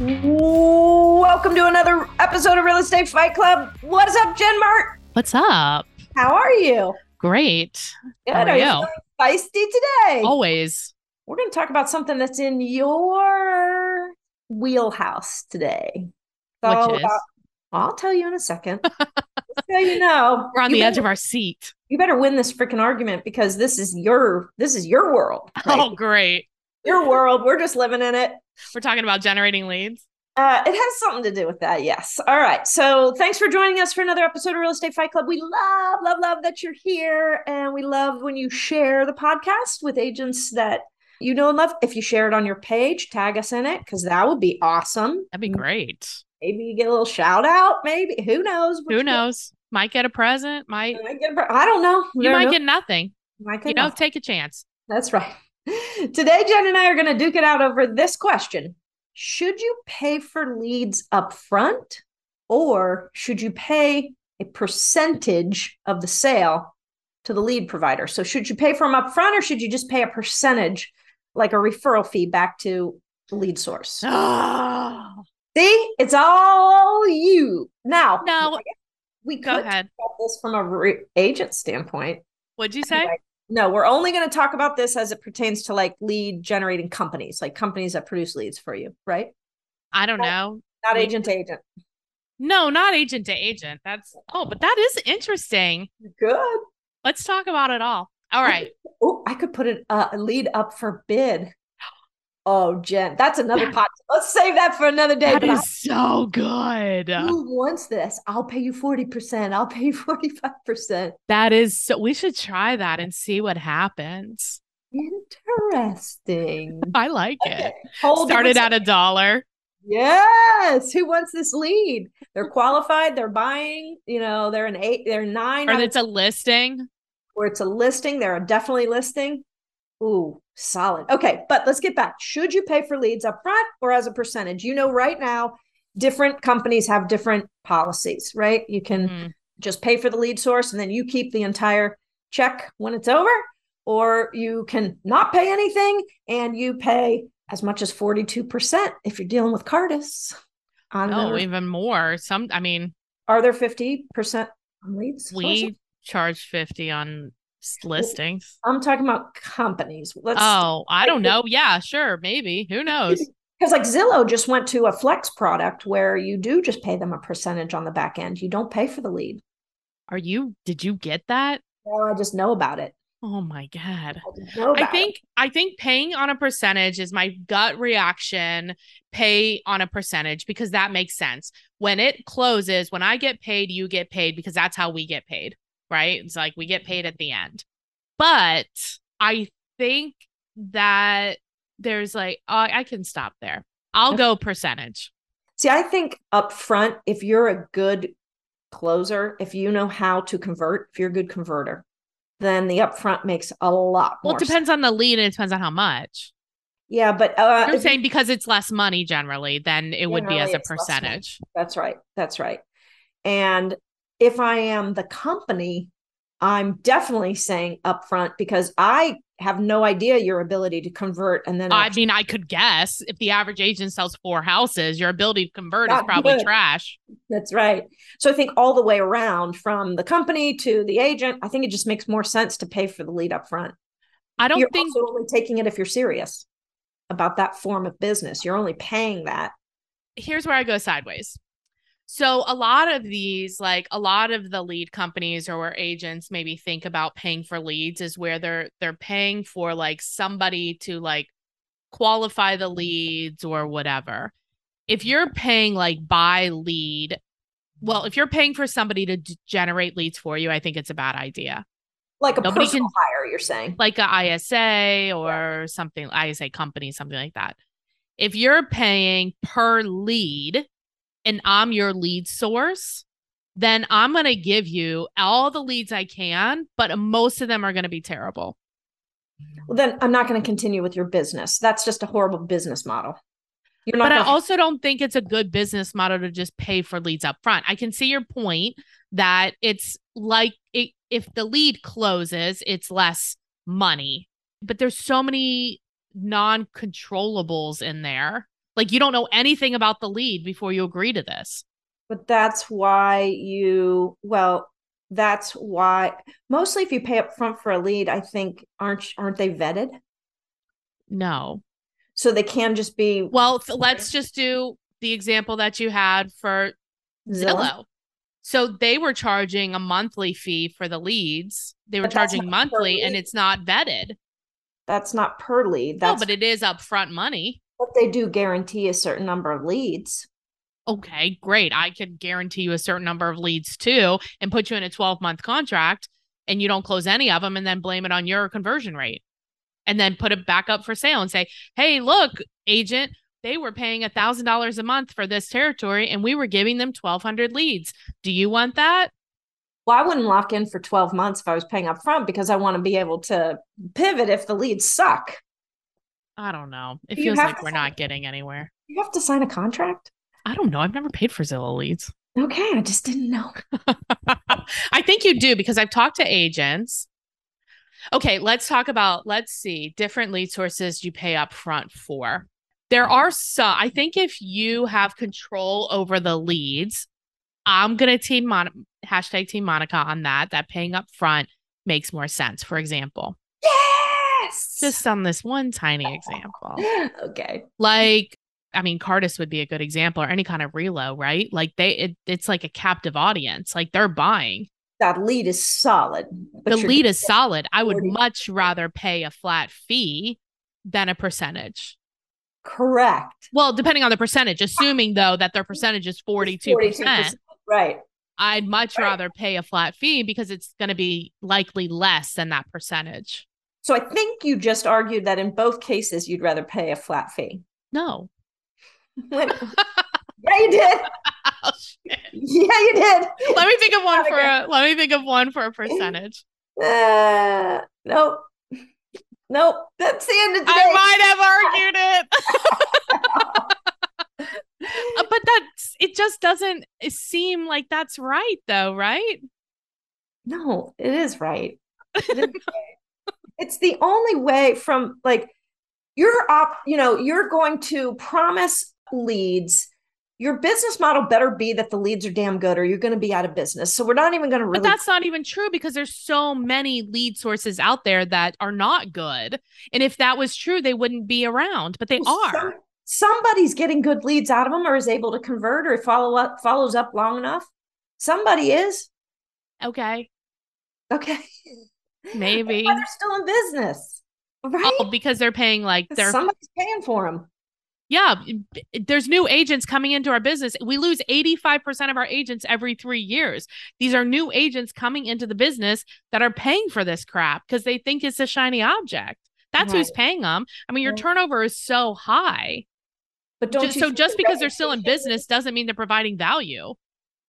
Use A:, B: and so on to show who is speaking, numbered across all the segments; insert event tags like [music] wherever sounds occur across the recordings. A: Welcome to another episode of Real Estate Fight Club. What's up, Jen Mart?
B: What's up?
A: How are you?
B: Great.
A: Good.
B: How are
A: you
B: you? Oh.
A: feeling feisty today?
B: Always.
A: We're going to talk about something that's in your wheelhouse today. It's
B: Which
A: all
B: is?
A: about- I'll tell you in a
B: [laughs]
A: second. Just so you know,
B: We're on
A: you
B: the
A: better,
B: edge of
A: [laughs]
B: our seat.
A: You better win this freaking argument because this is your this is your world. Like,
B: [laughs] Oh, great.
A: Your world. We're just living in it.
B: We're talking about generating leads.
A: Uh, it has something to do with that, yes. All right. So, thanks for joining us for another episode of Real Estate Fight Club. We love, love, love that you're here. And we love when you share the podcast with agents that you know and love. If you share it on your page, tag us in it because that would be awesome.
B: That'd be great.
A: Maybe you get a little shout out. Maybe. Who knows? what
B: Who
A: you get.
B: knows? Might get a present. Might
A: You might get a- I don't know.
B: you
A: There
B: might
A: no-
B: get nothing.
A: might get
B: You know,
A: nothing.
B: take
A: [gasps]
B: a chance.
A: That's right. Today, Jen and I are going to duke it out over this question Should you pay for leads up front, or should you pay a percentage of the sale to the lead provider? So, should you pay for them up front, or should you just pay a percentage, like a referral fee back to the lead source?
B: Oh,
A: See, it's all you. Now,
B: No.
A: we could
B: go
A: talk
B: ahead.
A: about this from a re- agent standpoint.
B: What'd you say?
A: Anyway, no, we're only going to talk about this as it pertains to like lead generating companies, like companies that produce leads for you, right?
B: I don't know.
A: Not
B: We-
A: agent to agent.
B: No, not agent to agent. That's oh, but that is interesting.
A: Good.
B: Let's talk about it all. All right.
A: Oh, I could put a uh, a lead up for bid. Oh, Jen, that's another pot. Let's save that for another day.
B: That
A: but I-
B: is so good.
A: who wants this? I'll pay you 40%. I'll pay you 45%.
B: That is so we should try that and see what happens. [laughs]
A: Interesting.
B: I like
A: Okay.
B: it.
A: Hold
B: Started
A: on.
B: at a dollar.
A: Yes. Who wants this lead? They're qualified. They're buying. You know, they're an eight. They're nine.
B: or
A: out of
B: it's a listing.
A: where it's a listing, they're definitely listing. Ooh, solid. Okay, but let's get back. Should you pay for leads up front or as a percentage? You know, right now, different companies have different policies, right? You can
B: Mm.
A: just pay for the lead source and then you keep the entire check when it's over, or you can not pay anything and you pay as much as 42% if you're dealing with Cardis. On
B: Oh,
A: their-
B: even more. Some I mean,
A: are there 50% on leads? What was it?
B: we charge 50 on s- listings.
A: I'm talking about companies. Let's
B: Oh, I don't know. Yeah, sure, maybe. Who knows?
A: Because like Zillow just went to a flex product where you do just pay them a percentage on the back end. You don't pay for the lead.
B: Are you did you get that?
A: Well, I just know about it.
B: Oh my god.
A: I, just know
B: I
A: about it.
B: think I think paying on a percentage is my gut reaction. Pay on a percentage because that makes sense. When it closes, when I get paid, you get paid because that's how we get paid, right? It's like we get paid at the end. But I think that there's like oh, I can stop there. I'll go percentage.
A: See, I think up front, if you're a good closer, if you know how to convert, if you're a good converter, then the upfront makes a lot
B: Well,
A: more
B: it
A: sense.
B: depends on the lead and it depends on how much.
A: Yeah, but uh,
B: I'm
A: if you-
B: saying because it's less money generally, then it would be as
A: Generally,
B: a
A: it's less money.
B: percentage.
A: That's right. That's right. And if I am the company, I'm definitely saying upfront because I have no idea your ability to convert and then
B: I
A: actually-
B: mean, I could guess if the average agent sells four houses, your ability to convert is
A: Not
B: probably
A: good.
B: trash.
A: that's right. So I think all the way around from the company to the agent, I think it just makes more sense to pay for the lead upfront.
B: I don't
A: you're
B: think
A: also only taking it if you're serious about that form of business. You're only paying that.
B: here's where I go sideways. So a lot of these, like a lot of the lead companies or where agents maybe think about paying for leads is where they're they're paying for like somebody to like qualify the leads or whatever. If you're paying like by lead, well, if you're paying for somebody to d- generate leads for you, I think it's a bad idea.
A: Like a
B: Nobody
A: personal
B: can-
A: hire, you're saying.
B: like a ISA or something, ISA company, something like that. If you're paying per lead and I'm your lead source, then I'm going to give you all the leads I can, but most of them are going to be terrible.
A: Well, then I'm not going to continue with your business. That's just a horrible business model. You're not
B: But I
A: gonna-
B: also don't think it's a good business model to just pay for leads up front. I can see your point that it's like it, if the lead closes, it's less money, but there's so many non controllables in there. Like you don't know anything about the lead before you agree to this.
A: But that's why you, well, that's why mostly if you pay up front for a lead, I think aren't aren't they vetted?
B: No.
A: So they can just be
B: Well, th- let's just do the example that you had for
A: Zillow.
B: Zillow. So they were charging a monthly fee for the leads. They were
A: But that's
B: charging
A: not per
B: monthly and
A: lead.
B: it's not vetted.
A: That's not per lead.
B: No,
A: That's
B: but it is upfront money.
A: but they do guarantee a certain number of leads.
B: Okay, great. I could guarantee you a certain number of leads too and put you in a 12 month contract and you don't close any of them and then blame it on your conversion rate and then put it back up for sale and say, hey, look, agent, they were paying $1,000 a month for this territory and we were giving them 1,200 leads. Do you want that?
A: Well, I wouldn't lock in for 12 months if I was paying up front because I want to be able to pivot if the leads suck.
B: I don't know. It
A: You
B: feels
A: have
B: like
A: to
B: we're
A: sign
B: not getting anywhere.
A: You have to sign a contract?
B: I don't know. I've never paid for Zillow leads.
A: Okay, I just didn't know.
B: [laughs] I think you do because I've talked to agents. Okay, let's talk about let's see different lead sources you pay up front for. There are some I think if you have control over the leads, I'm gonna team Mon- hashtag team Monica on that. That paying up front makes more sense. For example,
A: Yes.
B: just on this one tiny example.
A: okay.
B: like i mean cardis would be a good example or any kind of relo right like they it, it's like a captive audience like they're buying
A: That lead is solid. but
B: the
A: you're-
B: lead is solid i would
A: 40.
B: much rather pay a flat fee than a percentage
A: correct.
B: well depending on the percentage assuming though that their percentage is 42%,
A: 42%, Right.
B: i'd much
A: Right.
B: rather pay a flat fee because it's going to be likely less than that percentage
A: So I think you just argued that in both cases you'd rather pay a flat fee. [laughs]
B: no [laughs]
A: When- yeah, you did.
B: oh, shit.
A: Yeah, you did.
B: let me think of one for
A: Okay.
B: a let me think of one for a percentage
A: Uh, nope. Nope. That's the end of [laughs] today.
B: I might have argued it.
A: [laughs]
B: [laughs] Uh, but that's it just doesn't seem like that's right though, right?
A: No, it is right. It is
B: [laughs]
A: right. It's the only way from like you're op, you know, you're going to promise leads. Your business model better be that the leads are damn good or you're going to be out of business. So we're not even going to
B: But
A: really
B: that's not even true because there's so many lead sources out there that are not good. And if that was true, they wouldn't be around, but they
A: Well,
B: are.
A: some- somebody's getting good leads out of them or is able to convert or follow up follows up long enough. Somebody is.
B: Okay.
A: Okay.
B: Maybe.
A: Why they're still in business. Right?
B: Oh, because they're paying like they're
A: Somebody's paying for them.
B: yeah, b- there's new agents coming into our business. We lose 85% of our agents every three years. These are new agents coming into the business that are paying for this crap because they think it's a shiny object. That's who's
A: Right.
B: paying them. I mean, your
A: Right.
B: turnover is so high.
A: But don't
B: Ju-
A: you
B: so
A: think
B: just
A: their
B: because they're still in
A: reputation-
B: business doesn't mean they're providing value.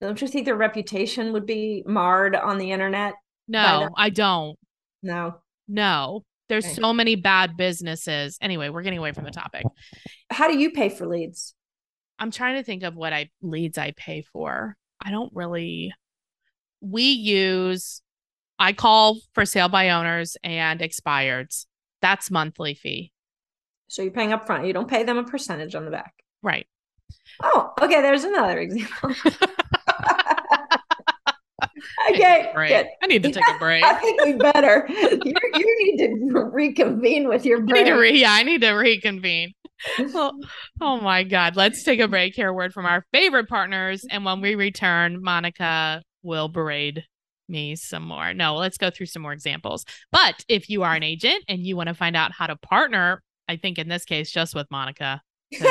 A: Don't you think their reputation would be marred on the internet?
B: No,
A: not?
B: I don't.
A: No.
B: No, there's
A: Right.
B: so many bad businesses. Anyway, we're getting away from the topic.
A: How do you pay for leads?
B: I'm trying to think of what I leads I pay for. I don't really we use I call for sale by owners and expireds. That's monthly fee.
A: So you're paying up front. You don't pay them a percentage on the back.
B: Right.
A: Oh, okay. There's another
B: [laughs]
A: example. okay.
B: Break.
A: Good.
B: I need to take a break.
A: I
B: I
A: think we better. [laughs] you you need to [laughs] reconvene with your brain.
B: [laughs] need to re- yeah, I need to reconvene. Oh, oh my God. Let's take a break, hear a word from our favorite partners. And when we return, Monica will berate me some more. No, let's go through some more examples. But if you are an agent and you want to find out how to partner, I think in this case, just with Monica,
A: [laughs]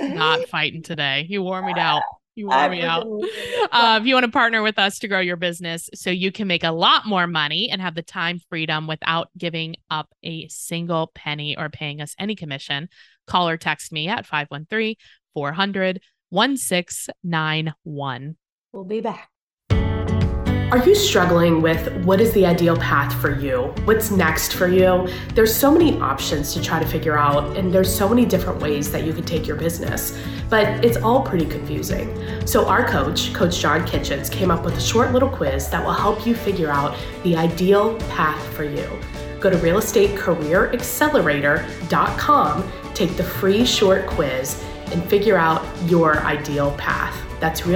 B: not fighting today. You wore me out. You wore
A: I
B: me out.
A: freaking-
B: Uh, if you want to partner with us to grow your business so you can make a lot more money and have the time freedom without giving up a single penny or paying us any commission, call or text me at 513 400 1691.
A: We'll be back.
C: Are you struggling with what is the ideal path for you? What's next for you? There's so many options to try to figure out, and there's so many different ways that you could take your business, but it's all pretty confusing. So, our coach, Coach John Kitchens, came up with a short little quiz that will help you figure out the ideal path for you. Go to realestatecareeraccelerator.com, take the free short quiz, and figure out your ideal path. That's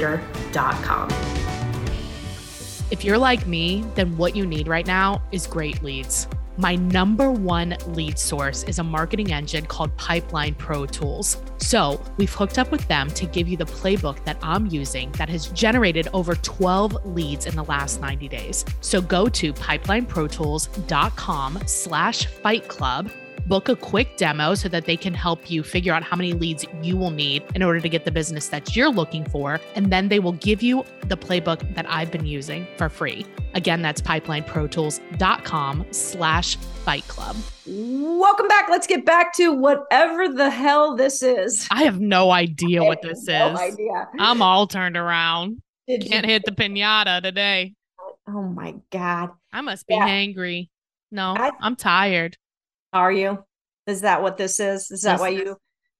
C: realestatecareeraccelerator.com.
B: If you're like me, then what you need right now is great leads. My number one lead source is a marketing engine called Pipeline Pro Tools. So we've hooked up with them to give you the playbook that I'm using that has generated over 12 leads in the last 90 days. So go to pipelineprotools.com slash fight club book a quick demo so that they can help you figure out how many leads you will need in order to get the business that you're looking for. And then they will give you the playbook that I've been using for free. Again, that's pipelineprotools.com slash fight club.
A: Welcome back. Let's get back to whatever the hell this is.
B: I have no idea what this
A: No
B: is.
A: idea.
B: I'm all turned around.
A: Did you-
B: Can't hit the pinata today.
A: Oh my God.
B: I must be
A: Yeah.
B: hangry. No,
A: I-
B: I'm tired.
A: Are you? Is that what this is? Is that
B: This
A: why
B: is-
A: you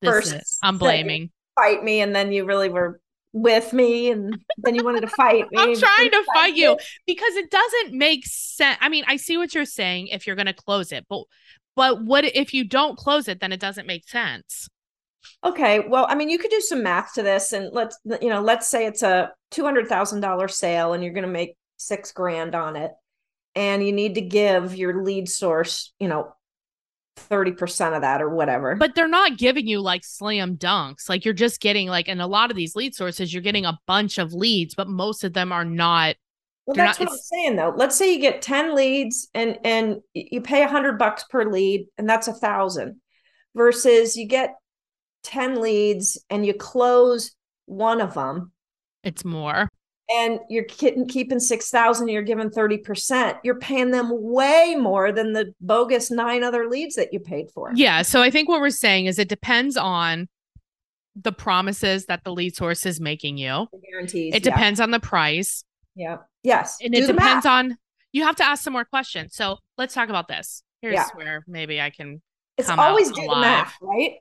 B: This
A: First
B: is- I'm
A: second.
B: blaming.
A: fight me and then you really were with me and then you wanted to fight me?
B: [laughs] I'm trying to fight you.
A: It
B: because it doesn't make sense. I mean, I see what you're saying if you're going to close it, but but what if you don't close it then it doesn't make sense.
A: Okay, well, I mean, you could do some math to this, and let's you know, let's say it's a two hundred thousand dollar sale, and you're going to make six grand on it, and you need to give your lead source, you know, thirty percent of that or whatever.
B: But they're not giving you like slam dunks. Like you're just getting like in a lot of these lead sources you're getting a bunch of leads, but most of them are not
A: well,
B: they're
A: that's
B: not-
A: what I'm
B: it's-
A: saying though. Let's say you get ten leads, and and y- you pay a hundred bucks per lead, and that's a thousand, versus you get ten leads and you close one of them,
B: it's more.
A: and you're ki- keeping 6000 you're giving 30% you're paying them way more than the bogus nine other leads that you paid for
B: Yeah, so I think what we're saying is it depends on the promises that the lead source is making you.
A: The guarantees
B: It
A: yeah,
B: depends on the price.
A: yeah yes
B: and
A: do
B: it
A: the
B: depends
A: math.
B: on you have to ask some more questions so let's talk about this here's
A: Yeah.
B: where maybe i can
A: it's
B: come out
A: always do the
B: alive.
A: math right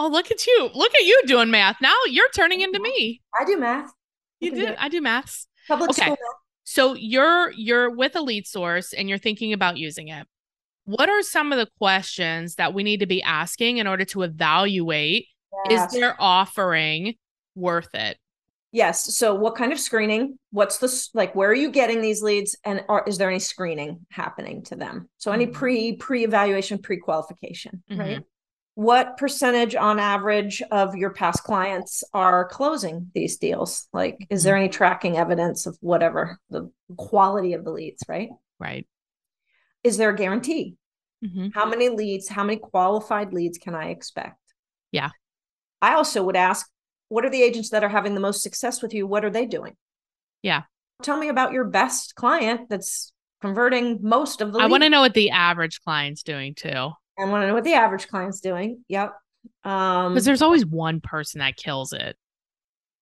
B: oh look at you look at you doing math now you're turning into me
A: i do math
B: you
A: can do
B: did
A: it.
B: i do maths
A: public
B: Okay.
A: school math.
B: so you're you're with a lead source and you're thinking about using it what are some of the questions that we need to be asking in order to evaluate
A: yes.
B: is their offering worth it
A: yes so what kind of screening what's the s- like where are you getting these leads and are, is there any screening happening to them so any
B: Mhm.
A: pre pre evaluation pre qualification
B: Mhm.
A: right what percentage on average of your past clients are closing these deals like is there any tracking evidence of whatever the quality of the leads right
B: right
A: is there a guarantee
B: Mhm.
A: how many leads how many qualified leads can i expect
B: Yeah.
A: i also would ask what are the agents that are having the most success with you what are they doing
B: Yeah.
A: tell me about your best client that's converting most of the
B: i want to
A: leads.
B: know what the average client's doing too
A: i want to know what the average client's doing yep um
B: because there's always one person that kills it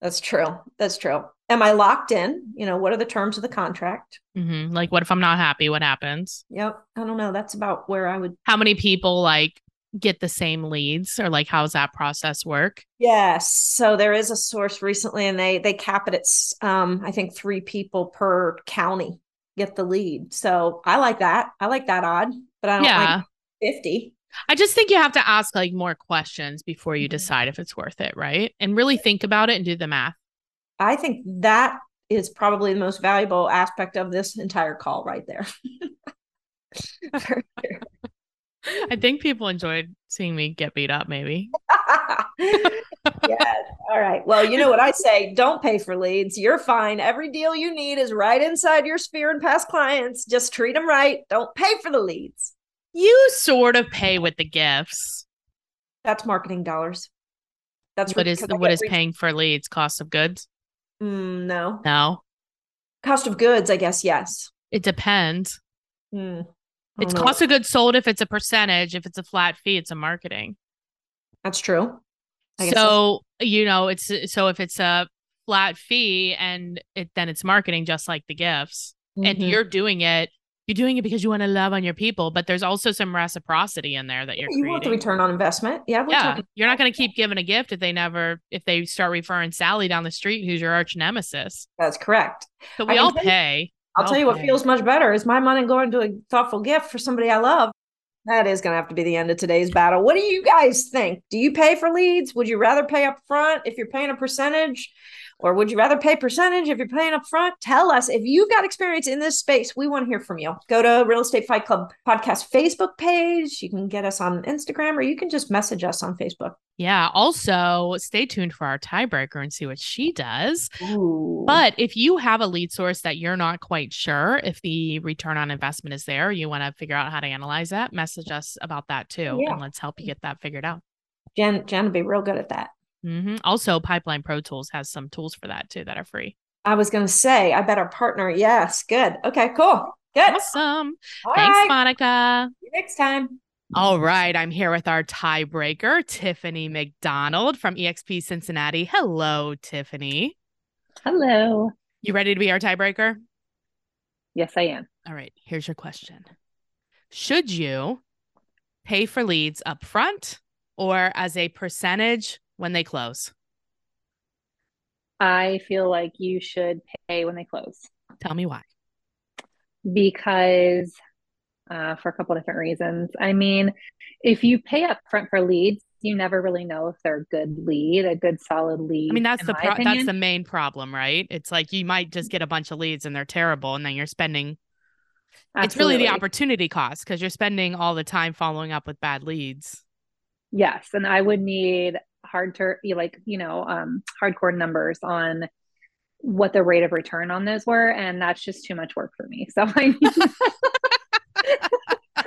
A: That's true. That's true. Am I locked in? You know, what are the terms of the contract?
B: hmm Like, what if I'm not happy? What happens?
A: Yep. I don't know. That's about where I would.
B: How many people like get the same leads, or like, how's that process work?
A: Yes. So there is a source recently, and they they cap it at s- um I think three people per county get the lead. So I like that. I like that odd, but I don't
B: Yeah,
A: like fifty.
B: I just think you have to ask like more questions before you
A: Mhm.
B: decide if it's worth it, Mm-hmm. right? And really think about it and do the math.
A: I think that is probably the most valuable aspect of this entire call right there. [laughs]
B: I [gasps] think people enjoyed seeing me get beat up. Maybe
A: yes. All right. Well, you know what I say? Don't pay for leads. You're fine. Every deal you need is right inside your sphere and past clients. Just treat them right. Don't pay for the leads.
B: you sort of pay with the gifts.
A: That's marketing dollars. That's
B: what is what is paying for leads? Cost of goods?
A: Mm, no
B: No,
A: cost of goods. I guess yes.
B: it depends.
A: Mm, I
B: It's
A: don't know.
B: cost of goods sold if it's a percentage. If it's a flat fee, it's a marketing.
A: That's true. I guess
B: so you know it's so if it's a flat fee and it then it's marketing just like the gifts and
A: Mhm.
B: you're doing it you're doing it because you want to love on your people but there's also some reciprocity in there that you're
A: you want the
B: creating
A: return on investment. Yeah, we're
B: yeah
A: talking
B: you're not going to keep giving a gift if they never if they start referring sally down the street who's your arch nemesis
A: that's correct.
B: so
A: I
B: we
A: can
B: all
A: tell you-
B: pay
A: I'll tell you what
B: Okay.
A: feels much better is my money going to a thoughtful gift for somebody I love. That is going to have to be the end of today's battle. What do you guys think? Do you pay for leads? Would you rather pay up front if you're paying a percentage? Or would you rather pay percentage if you're paying up front? Tell us if you've got experience in this space. We want to hear from you. Go to Real Estate Fight Club podcast Facebook page. You can get us on Instagram or you can just message us on Facebook.
B: yeah also stay tuned for our tiebreaker and see what she does
A: Ooh.
B: But if you have a lead source that you're not quite sure if the return on investment is there, you want to figure out how to analyze that, message us about that too.
A: Yeah.
B: And let's help you get that figured out.
A: Jen, Jen would be real good at that.
B: hmm Also, Pipeline Pro Tools has some tools for that too that are free.
A: I was going to say, I bet our partner. Yes. Good. Okay, cool. Good.
B: Awesome.
A: All
B: Thanks,
A: right.
B: Monica.
A: See you next time.
B: All right. I'm here with our tiebreaker, Tiffany McDonald from EXP Cincinnati. Hello, Tiffany.
D: Hello.
B: You ready to be our tiebreaker?
D: Yes, I am.
B: All right, here's your question. Should you pay for leads up front or as a percentage when they close?
D: I feel like you should pay when they close
B: Tell me why.
D: because uh, for a couple different reasons. I mean, if you pay up front for leads, you never really know if they're a good lead, a good solid lead.
B: I mean, that's
D: in
B: the
D: my
B: pro- that's
D: opinion.
B: the main problem, right? It's like you might just get a bunch of leads and they're terrible and then you're spending it's really the
D: Absolutely.
B: opportunity cost cuz you're spending all the time following up with bad leads.
D: Yes, and I would need hard to like you know um, hardcore numbers on what the rate of return on those were, and that's just too much work for me. So I need.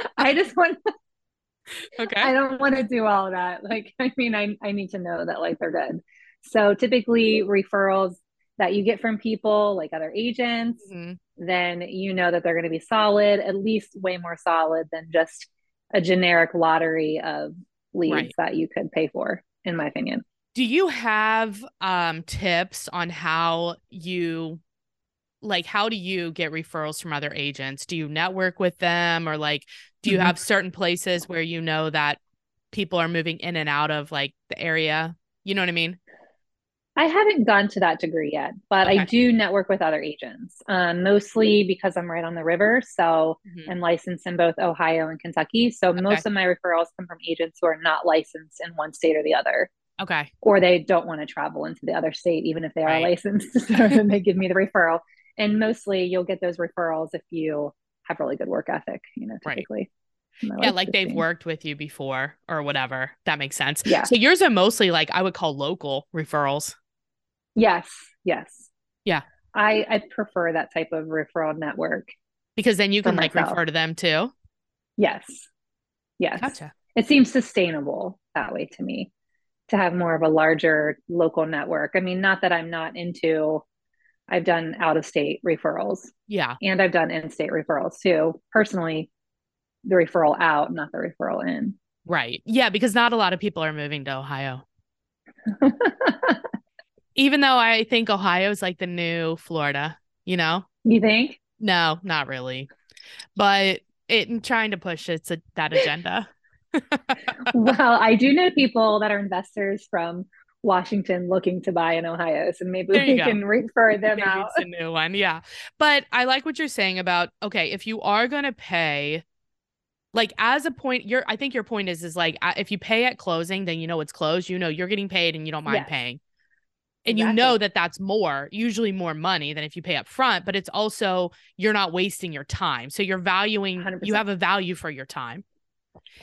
D: [laughs] I just want I
B: Okay. [laughs]
D: don't want to do all of that. Like, I mean, I, I need to know that like they're good. So typically referrals that you get from people like other agents,
B: Mm-hmm.
D: then you know that they're going to be solid, at least way more solid than just a generic lottery of leads
B: Right.
D: that you could pay for, in my opinion.
B: Do you have um tips on how you like how do you get referrals from other agents? Do you network with them or like do you
D: Mhm.
B: have certain places where you know that people are moving in and out of like the area? You know what I mean?
D: I haven't gone to that degree yet, but I
B: Okay. Mm-hmm.
D: do network with other agents, um, mostly because I'm right on the river. So
B: Mhm.
D: and licensed in both Ohio and Kentucky. So most of my referrals come from agents who are not licensed in one state or the other,
B: Okay.
D: or they don't want to travel into the other state, even if they are
B: Right.
D: licensed. [laughs] So then they give me the referral. And mostly you'll get those referrals if you have really good work ethic, you know,
B: Right.
D: typically. And I
B: Yeah,
D: like
B: like
D: to
B: they've
D: see.
B: worked with you before or whatever. That makes sense.
D: Yeah.
B: So yours are mostly like I would call local referrals.
D: Yes. Yes.
B: Yeah.
D: I, I prefer that type of referral network.
B: Because then you
D: For
B: can like
D: myself.
B: refer to them too.
D: Yes. Yes.
B: Gotcha.
D: it seems sustainable that way to me to have more of a larger local network. I mean, not that I'm not into, I've done out of state referrals
B: Yeah.
D: and I've done in state referrals too. Personally, the referral out, not the referral in. [laughs]
B: Right. Yeah, because not a lot of people are moving to Ohio. Even though I think Ohio is like the new Florida, you know?
D: you think?
B: No, not really. But it, I'm trying to push it's a, that agenda.
D: well, I do know people that are investors from Washington looking to buy in Ohio. So maybe
B: There you
D: we
B: go.
D: can refer them
B: Maybe
D: out.
B: It's a new one. Yeah. But I like what you're saying about okay, if you are going to pay like as a point your I think your point is is like I- if you pay at closing then you know it's closed, you know you're getting paid and you don't mind
D: Yes.
B: paying. And you know
D: Exactly.
B: that that's more, usually more money than if you pay up front, but it's also you're not wasting your time. So you're valuing you
D: 100%.
B: have a value for your time.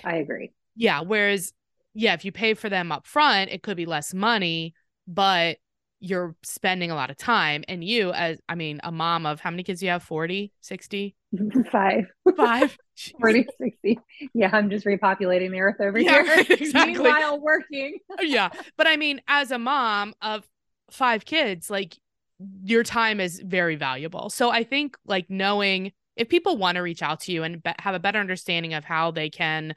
D: I agree. [laughs]
B: Yeah. Whereas, yeah, if you pay for them up front, it could be less money, but you're spending a lot of time. And you, as I mean, a mom of how many kids do you have? 40, 60,
D: Five.
B: [laughs] 5?
D: [laughs] 40, 60. Yeah, I'm just repopulating the earth over
B: Yeah,
D: here.
B: right, [laughs] exactly.
D: Meanwhile, working.
B: yeah. But I mean, as a mom of five kids, like your time is very valuable. So I think like knowing if people want to reach out to you and be- have a better understanding of how they can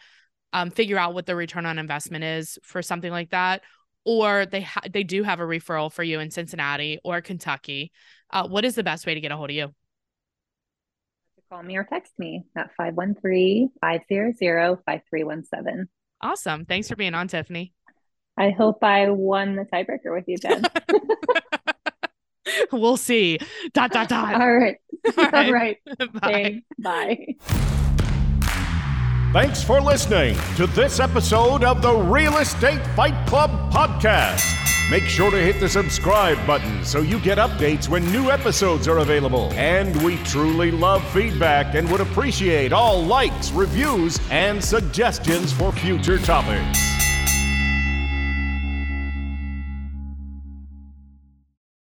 B: um, figure out what the return on investment is for something like that, or they ha- they do have a referral for you in Cincinnati or Kentucky, uh, what is the best way to get a hold of you?
D: Call me or text me at 513-500-5317.
B: Awesome. Thanks for being on, Tiffany. [laughs]
D: I hope I won the tiebreaker with you, Jen.
B: we'll see. Dot [laughs] dot dot.
D: [laughs] All right.
B: [laughs] All right.
D: All right.
B: [laughs] Bye.
D: Thanks. Bye.
E: Thanks for listening to this episode of the Real Estate Fight Club podcast. Make sure to hit the subscribe button so you get updates when new episodes are available. And we truly love feedback and would appreciate all likes, reviews, and suggestions for future topics.